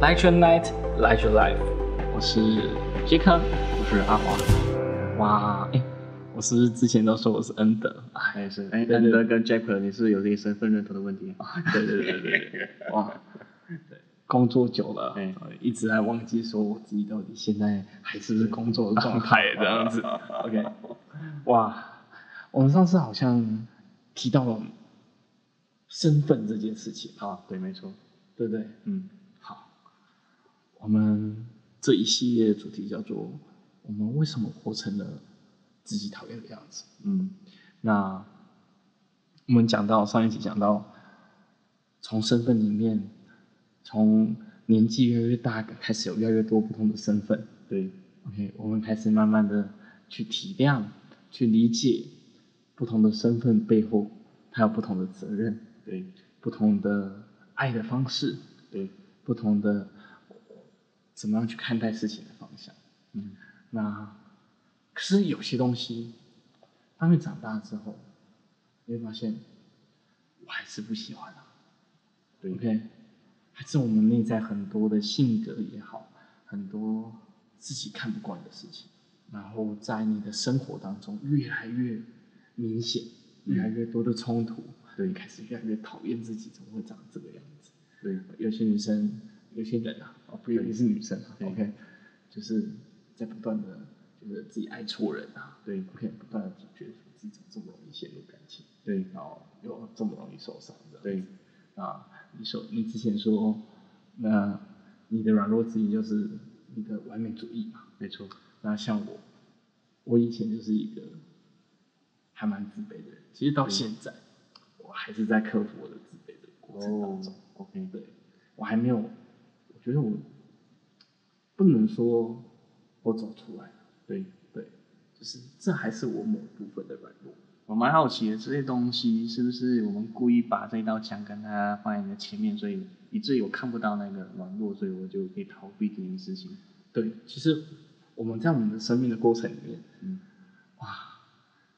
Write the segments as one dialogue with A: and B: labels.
A: Light your night, light your life。
B: 我是杰克，我是
C: 啊
B: 阿华。哇，哎，我是不是之前都说我是恩德，哎，
C: 哎是，哎，
B: 对
C: 安
B: 对
C: 德跟 Jack，你是有这个身份认同的问题。
B: 对对对对对对，哇，对，工作久了，
C: 嗯
B: 一直还忘记说我自己到底现在还是不是工作的状态这样 子。OK，哇，我们上次好像提到了身份这件事情，
C: 啊，对，没错，
B: 对不对？
C: 嗯，
B: 好，我们这一系列的主题叫做“我们为什么活成了自己讨厌的样子”。
C: 嗯，
B: 那我们讲到上一集讲到，从身份里面，从年纪越来越大开始有越来越多不同的身份。
C: 对，
B: OK，我们开始慢慢的去体谅、去理解不同的身份背后，它有不同的责任、
C: 对，
B: 不同的爱的方式、
C: 对，
B: 不同的怎么样去看待事情的方向。
C: 嗯，
B: 那可是有些东西，当你长大之后，你会发现我还是不喜欢啊。
C: 对
B: OK，还是我们内在很多的性格也好，很多自己看不惯的事情，然后在你的生活当中越来越明显，越来越多的冲突，
C: 对
B: 你开始越来越讨厌自己怎么会长这个样子。
C: 对，
B: 有些女生，有些人啊，哦，不一定是女生啊
C: 对
B: ，OK，就是在不断的就是自己爱错人啊，
C: 对
B: ，OK，不断的觉得自己怎么这么容易陷入感情，
C: 对，
B: 然后又这么容易受伤的，
C: 对，
B: 啊，你说你之前说，哦那你的软弱之一就是你的完美主义嘛，
C: 没错，
B: 那像我，我以前就是一个还蛮自卑的人，其实到现在，我还是在克服我的自卑的过程当中。
C: 哦，OK，
B: 对，我还没有，我觉得我不能说我走出来，
C: 对，
B: 对，就是这还是我某部分的软弱。
C: 我蛮好奇的，这些东西是不是我们故意把这道墙跟它放在你的前面，所以以至于我看不到那个软弱，所以我就可以逃避这件事情。
B: 对，其实我们在我们的生命的过程里面，
C: 嗯，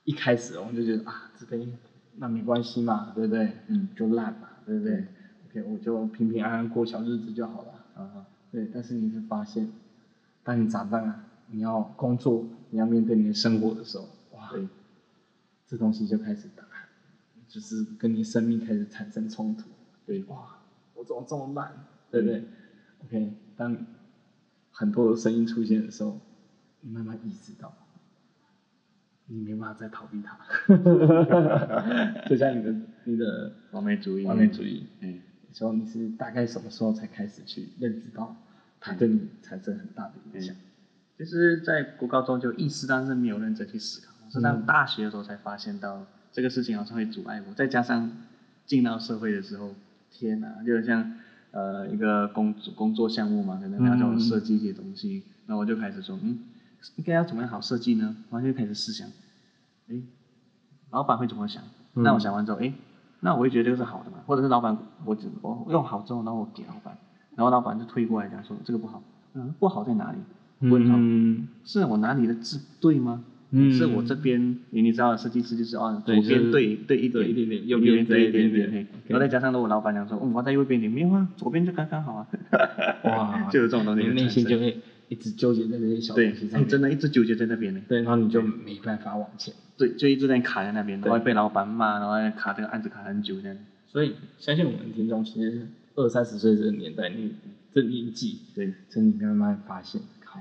B: 一开始我们就觉得啊，自卑那没关系嘛，对不对？
C: 嗯
B: 就烂嘛，对不对？OK，我就平平安安过小日子就好了。
C: 啊，
B: 对，但是你会发现，当你长大了，你要工作，你要面对你的生活的时候，哇，
C: 对，
B: 这东西就开始打，就是跟你生命开始产生冲突。
C: 对，
B: 哇，我怎么这么烂，对不对、o
C: 嗯
B: k 当很多的声音出现的时候，你慢慢意识到，你没办法再逃避它， 就像你的你的
C: 完美主义，
B: 完美主义，
C: 嗯，
B: 有时候你是大概什么时候才开始去认知到它对你产生很大的影响？
C: 其实，在国高中就意识到，但是没有认真去思考。我是到大学的时候才发现到这个事情好像会阻碍我，再加上进到社会的时候，天哪，就是像呃一个工作工作项目嘛，可能要叫我设计一些东西，那、我就开始说，嗯，应该要怎么样好设计呢？然后就开始思想，诶，老板会怎么想？
B: 嗯
C: 那我想完之后，诶，那我会觉得这个是好的嘛？或者是老板，我只我用好之后，然后我给老板，然后老板就推过来讲说这个不好，嗯，不好在哪里？问号。
B: 嗯，
C: 是我哪里的字对吗？
B: 嗯
C: 是我这边，你你知道的设计师就是哦，左
B: 对就
C: 边
B: 是
C: 对对一点
B: 对一点点
C: 右
B: 右
C: 边
B: 边
C: 对
B: 对
C: 一
B: 一点
C: 点点，
B: 点
C: 嘿
B: OK
C: 然后再加上如果老板娘说，嗯，我在右边一点，没有啊，左边就刚刚好啊，
B: 哇
C: 就有这种东西
B: 你
C: 会
B: 内
C: 产
B: 心
C: 生，
B: 就会一直纠结在这些小
C: 对
B: 东西，上
C: 哎
B: 面，
C: 真的一直纠结在那边呢，
B: 对，然后你就没办法往前。
C: 对，就一直在卡在那边，然后
B: 对
C: 被老板骂，然后还卡这个案子卡很久这样，
B: 所以相信我们的听众，其实二三十岁这个年代，你这年纪，
C: 对，
B: 所以你慢慢发现，靠，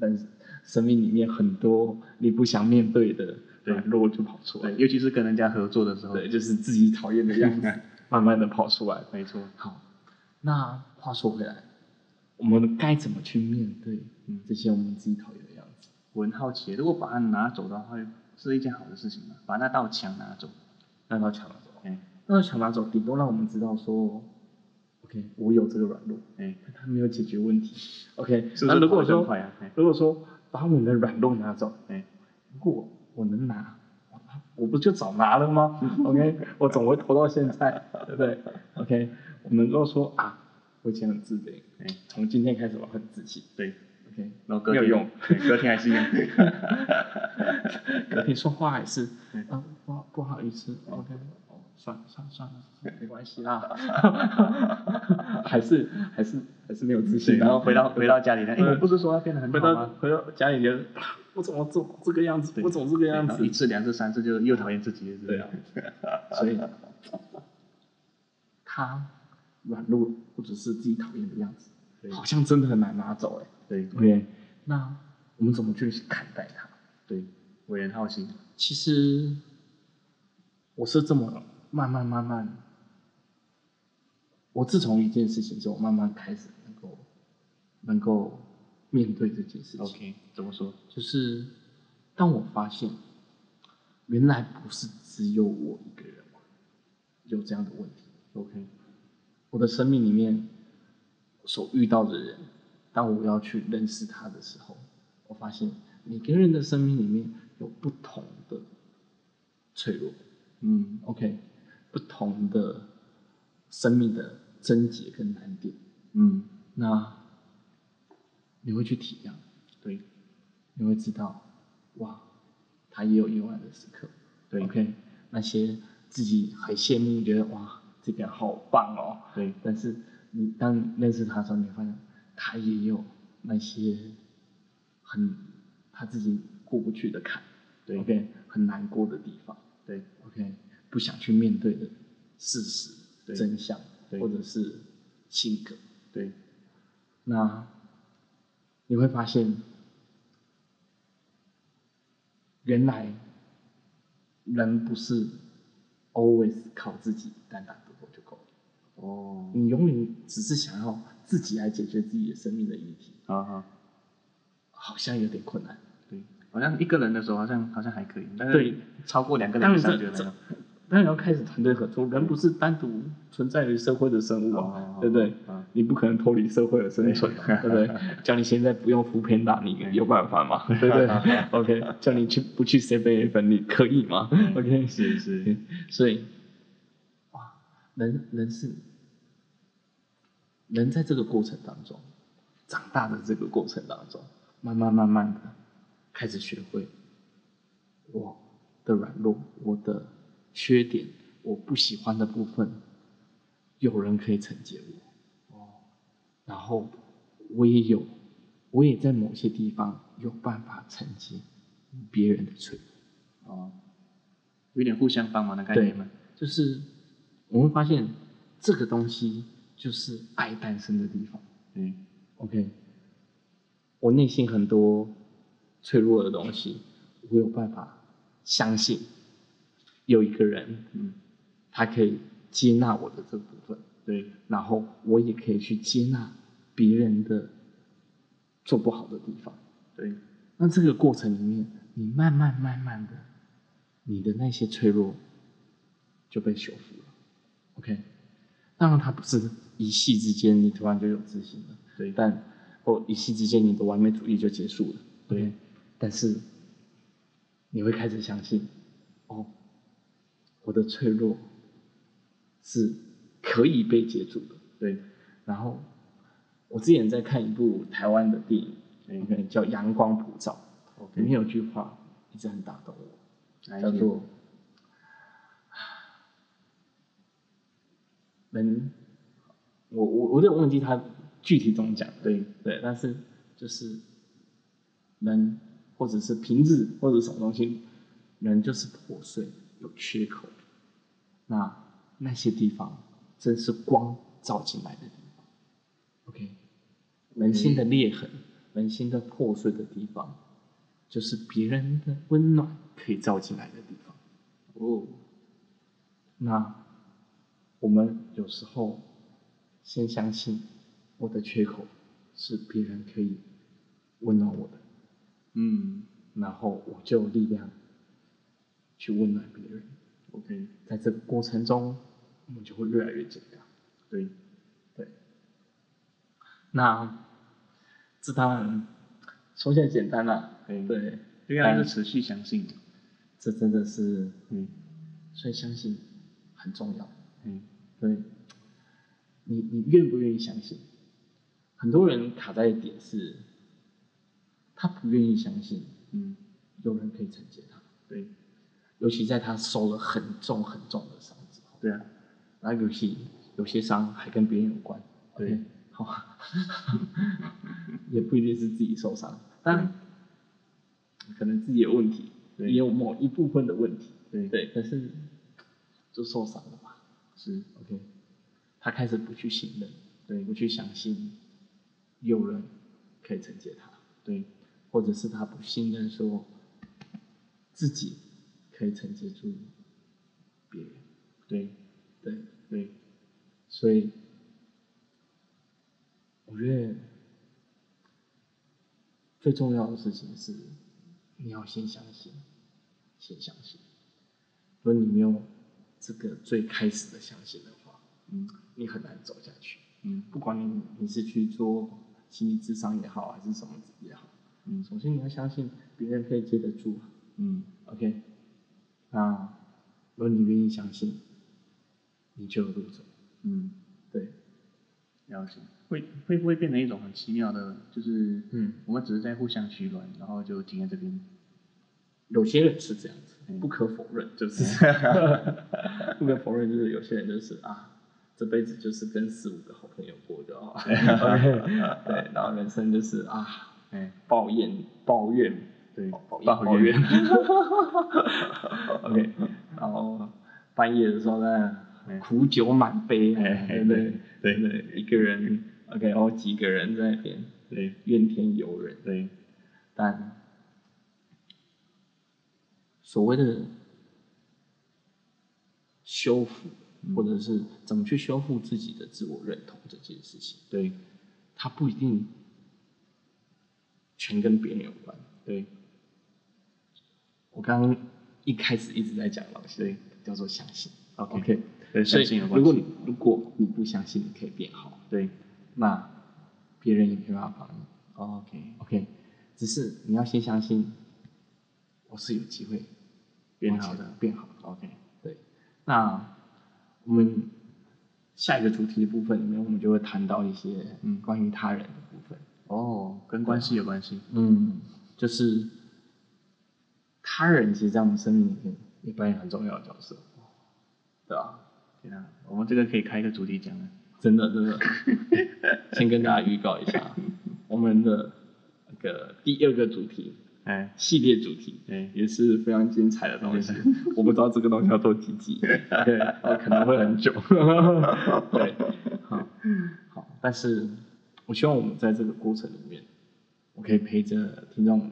B: 但是生命里面很多你不想面对的
C: 对
B: 软弱就跑出来
C: 对，，尤其是跟人家合作的时候，
B: 对，就是自己讨厌的样 子，慢慢的跑出来。
C: 没错，
B: 好，那话说回来，我们该怎么去面对
C: 嗯
B: 这些我们自己讨厌的样子？
C: 我很好奇，如果把它拿走的话，是一件好的事情吗？把那道墙拿走，
B: 那道墙拿走，
C: 哎
B: 那道墙拿走，顶多让我们知道说，OK，我有这个软弱，
C: 哎，
B: 但它没有解决问题。OK，
C: 是不
B: 那
C: 是
B: 如
C: 跑
B: 果
C: 得更
B: 说
C: 快啊？哎
B: 如果说把我们的软弱拿走，
C: 哎，
B: 如果我能拿，我不就早拿了 吗？OK，我总会拖到现在，对不对？OK，我们如果说啊，我以前很自卑，
C: 哎
B: 从今天开始我很自信
C: 对。
B: ，OK，
C: 然后隔
B: 没有
C: 天
B: 用，
C: 对隔天还是一 样。
B: 隔天说话还是
C: 嗯
B: 啊，不好不好意思，OK，哦， 算了算了算了，没关系啦，还是还是还还是没有自
C: 对，
B: 信、啊。
C: 然后回到回到家里呢，哎，
B: 嗯
C: 我不是说要变得很
B: 回
C: 好吗
B: 到？回到家里就，啊我怎么这这个样子？
C: 对
B: 我怎么这个样
C: 然后
B: 子
C: 一？次、两次、三次就又讨厌自己了，是不是
B: 对啊，所以他软弱或者是自己讨厌的样子，
C: 对
B: 好像真的很难拿走哎、
C: 对
B: OK，那我们怎么去看待他？
C: 对，我也很好奇，
B: 其实我是这么慢慢慢慢，我自从一件事情之后，慢慢开始能够能够面对这件事情。
C: OK，怎么说？
B: 就是当我发现，原来不是只有我一个人有这样的问题。OK，我的生命里面所遇到的人，当我要去认识他的时候，我发现每个人的生命里面有不同的脆弱。
C: 嗯
B: OK，不同的生命的症结跟难点，
C: 嗯，
B: 那你会去体谅。
C: 对
B: 你会知道，哇，他也有意外的时刻。
C: 对
B: OK，那些自己很羡慕，觉得哇，这个人好棒哦。
C: 对
B: 但是你当你认识他的时候，你会发现他也有那些很他自己过不去的坎。
C: 对
B: OK，很难过的地方。
C: 对
B: OK，不想去面对的事实、
C: 对
B: 真相，
C: 对
B: 或者是性格。
C: 对
B: 那你会发现，原来人不是 always 靠自己单打独斗就够了，
C: 哦，
B: 你永远只是想要自己来解决自己的生命的议题，
C: 好好，
B: 好像有点困难。
C: 对，好像一个人的时候好像好像还可以，但是
B: 对
C: 超过两个
B: 当
C: 人以
B: 然
C: 上
B: 这，
C: 就没
B: 这
C: 有。
B: 当然要开始团队合作，人不是单独存在于社会的生物
C: 哦
B: 啊，对不对
C: 嗯？
B: 你不可能脱离社会而生存嘛， 对不对？叫你现在不用扶贫打，你有办法吗？对不对 ？OK，叫你去不去 C B A 粉，你可以吗？OK，
C: 是是，
B: 所以，哇，人人是人在这个过程当中，长大的这个过程当中，慢慢慢慢的开始学会我的软弱，我的缺点，我不喜欢的部分，有人可以承接我，哦，然后我也有，我也在某些地方有办法承接别人的脆弱。
C: 哦，有点互相帮忙的概
B: 对
C: 念嘛。
B: 就是我会发现这个东西就是爱诞生的地方。
C: 嗯
B: OK，我内心很多脆弱的东西，我有办法相信有一个人，
C: 嗯，
B: 他可以接纳我的这部分，
C: 对
B: 然后我也可以去接纳别人的做不好的地方。
C: 对
B: 那这个过程里面，你慢慢慢慢的，你的那些脆弱就被修复了。OK，当然它不是一夕之间你突然就有自信了，
C: 对
B: 但或一夕之间你的完美主义就结束了。
C: 对
B: OK，但是你会开始相信，哦，我的脆弱是可以被接住的。
C: 对
B: 然后我之前在看一部台湾的电影
C: 嗯
B: ，OK，叫《阳光普照》。里
C: ，OK，
B: 面有句话一直很打动我，
C: 来一
B: 叫
C: 点
B: 做“人”，我我我有点忘记他具体怎么讲，
C: 对
B: 对，但是就是人或者是平日或者什么东西，人就是破碎有缺口，那那些地方真是光照进来的地方。OK，人心的裂痕，人心的破碎的地方，就是别人的温暖可以照进来的地方。
C: 哦，
B: 那我们有时候先相信我的缺口是别人可以温暖我的，
C: 嗯
B: 然后我就有力量去温暖别人。
C: ，OK，
B: 在这个过程中，我们就会越来越健康。
C: 对
B: 对，那这当然说起来简单啦，
C: 嗯
B: 对，
C: 这个还是持续相信的。
B: 这真的是，
C: 嗯
B: 所以相信很重要。
C: 嗯，
B: 对，你你愿不愿意相信？很多人卡在的点是，他不愿意相信
C: 嗯，
B: 有人可以承接他，
C: 对
B: 尤其在他受了很重很重的伤之后，
C: 对啊，
B: 然后尤其有些伤还跟别人有关。
C: 对
B: OK，好， 哦，也不一定是自己受伤，但可能自己的问题，
C: 对
B: 也有某一部分的问题，
C: 对
B: 对，但是就受伤了嘛
C: 是，
B: ，OK，他开始不去信任，
C: 对
B: 不去相信有人可以承接他，
C: 对
B: 或者是他不信任说自己可以承接住别人，
C: 对
B: 对，
C: 对，
B: 所以我觉得最重要的事情是，你要先相信，先相信。如果你没有这个最开始的相信的话，
C: 嗯
B: 你很难走下去。
C: 嗯
B: 不管你你是去做心理智商也好，还是什么也好，
C: 嗯
B: 首先你要相信别人可以接得住啊。
C: 嗯
B: OK，那如果你愿意相信，你就有路走。
C: 嗯，
B: 对，
C: 了解。会会不会变成一种很奇妙的，就是
B: 嗯。
C: 我们只是在互相取暖，然后就停在这边。
B: 有些人是这样子，
C: 嗯
B: 不可否认，就是 不可否认，就是有些人就是啊，这辈子就是跟四五个好朋友过就 好，对，然后人生就是啊，
C: 哎，
B: 抱怨抱怨，
C: 对，
B: 抱怨
C: 抱 怨
B: ，OK，然后半夜的时候呢
C: 嗯，
B: 苦酒满杯，
C: 哎
B: 对不对？
C: 对
B: 对，一个人，OK，然后几个人在那边
C: 对
B: 怨天尤人，
C: 对
B: 但所谓的修复，
C: 嗯
B: 或者是怎么去修复自己的自我认同这件事情，
C: 对
B: 它不一定全跟别人有关。
C: 对
B: 我刚刚一开始一直在讲老师叫做相信
C: ，OK，
B: ，OK，
C: 对，
B: 所
C: 相
B: 以
C: 信有关
B: 如果
C: 系
B: 你。如果你不相信你可以变好，
C: 对
B: 那别人也没办法帮你。
C: ，OK，
B: OK，只是你要先相信，我是有机会
C: 变
B: 往
C: 好
B: 前
C: 的
B: 变好的。
C: ，OK，
B: 对，那我们下一个主题的部分里面，我们就会谈到一些
C: 嗯
B: 关于他人的部分。
C: 哦，跟关系有关系。
B: 嗯，就是他人其实在我们生命里面也扮演很重要的角色，对吧、
C: 天啊，我们这个可以开一个主题讲了。
B: 真的真的，先跟大家预告一下，我们的那个第二个主题
C: 哎，
B: 系列主题，
C: 对
B: 也是非常精彩的东西。我不知道这个东西要做几集，对，呃可能会很久。对，好，好，但是我希望我们在这个过程里面，我可以陪着听众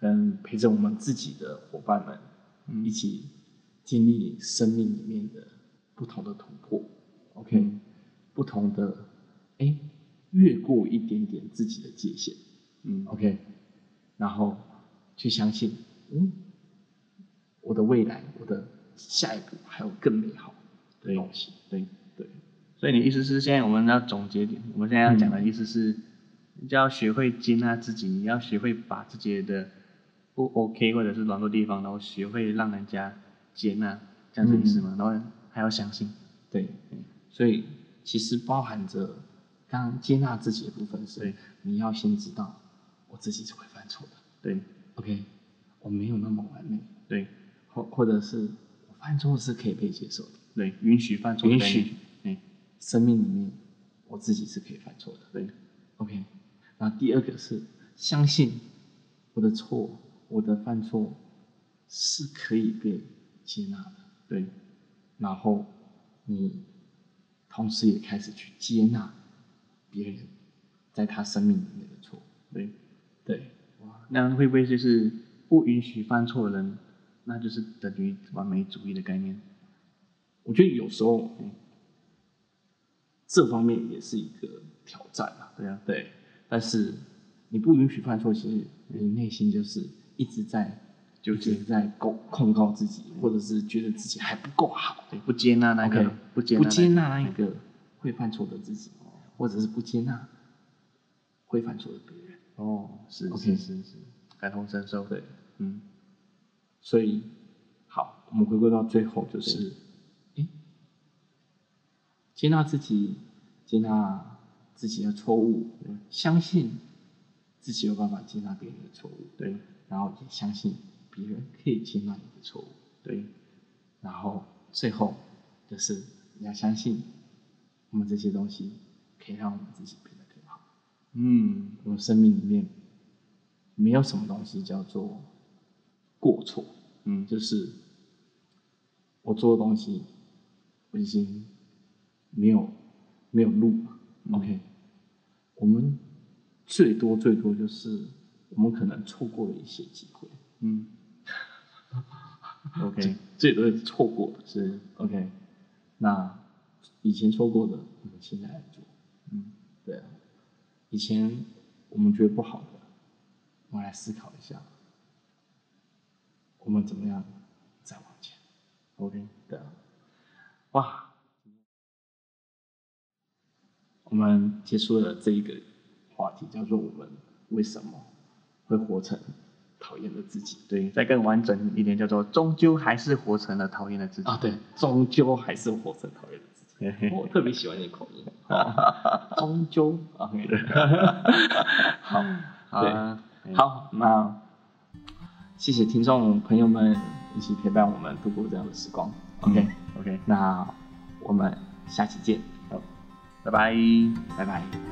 B: 跟陪着我们自己的伙伴们，一起经历生命里面的不同的突破。OK，、
C: 嗯
B: 不同的，哎，越过一点点自己的界限。
C: 嗯
B: OK，然后去相信，嗯，我的未来，我的下一步还有更美好的东西。
C: 对，
B: 对，
C: 所以你意思是现在我们要总结点，我们现在要讲的意思是，你就要学会接纳自己，你要学会把自己的不 OK 或者是软弱地方，然后学会让人家接纳，这样子意思吗？然后还要相信，
B: 对，所以其实包含着刚刚接纳自己的部分是
C: 对，
B: 你要先知道我自己是会犯错的。
C: 对
B: OK，我没有那么完美，
C: 对
B: 或或者是我犯错是可以被接受的。
C: 对，允许犯错的
B: 允
C: 概念，
B: 许
C: 哎，
B: 生命里面，我自己是可以犯错的。
C: 对
B: OK，那第二个是相信我的错，我的犯错是可以被接纳的。
C: 对
B: 然后你同时也开始去接纳别人在他生命里面的错。
C: 对，
B: 对，
C: 那会不会就是不允许犯错的人，那就是等于完美主义的概念？
B: 我觉得有时候、嗯这方面也是一个挑战啊。
C: 对啊，
B: 对，但是你不允许犯错，其实你内心就是一直在
C: 纠
B: 一直
C: 结
B: 在控控告自己，或者是觉得自己还不够好。
C: 对，不接纳那个
B: OK，
C: 不接纳
B: 不
C: 那个
B: 接纳哎那个会犯错的自己，或者是不接纳会犯错的别人。
C: 哦，是
B: OK
C: 是是是，感同身受。
B: 对，
C: 嗯，
B: 所以好，我们回归到最后就是，诶接纳自己，接纳自己的错误，相信自己有办法接纳别人的错误，
C: 对
B: 然后也相信别人可以接纳你的错误。
C: 对
B: 然后最后就是你要相信，我们这些东西可以让我们自己变得更
C: 嗯
B: 我生命里面没有什么东西叫做过错，
C: 嗯
B: 就是我做的东西我已经没有没有路了。OK，我们最多最多就是我们可能错过了一些机会，
C: 嗯，OK，
B: 最多是错过的。
C: 是
B: 嗯 OK，那以前错过的，我们现在来做。
C: 嗯
B: 对啊，以前我们觉得不好的，我们来思考一下，我们怎么样再往前。
C: OK，
B: 对啊，哇，我们结束了这一个话题，叫做我们为什么会活成讨厌的自己
C: 对，再更完整一点叫做，终究还是活成了讨厌的自己
B: 啊？。 对，终究还是活成讨厌的自己。
C: 嘿嘿
B: 我特别喜欢你的口 音，啊终究 OK，好
C: 好啊，嗯
B: 好，那谢谢听众朋友们一起陪伴我们度过这样的时光。OK，、
C: 嗯，OK，
B: 那我们下期见，
C: 拜拜，拜拜。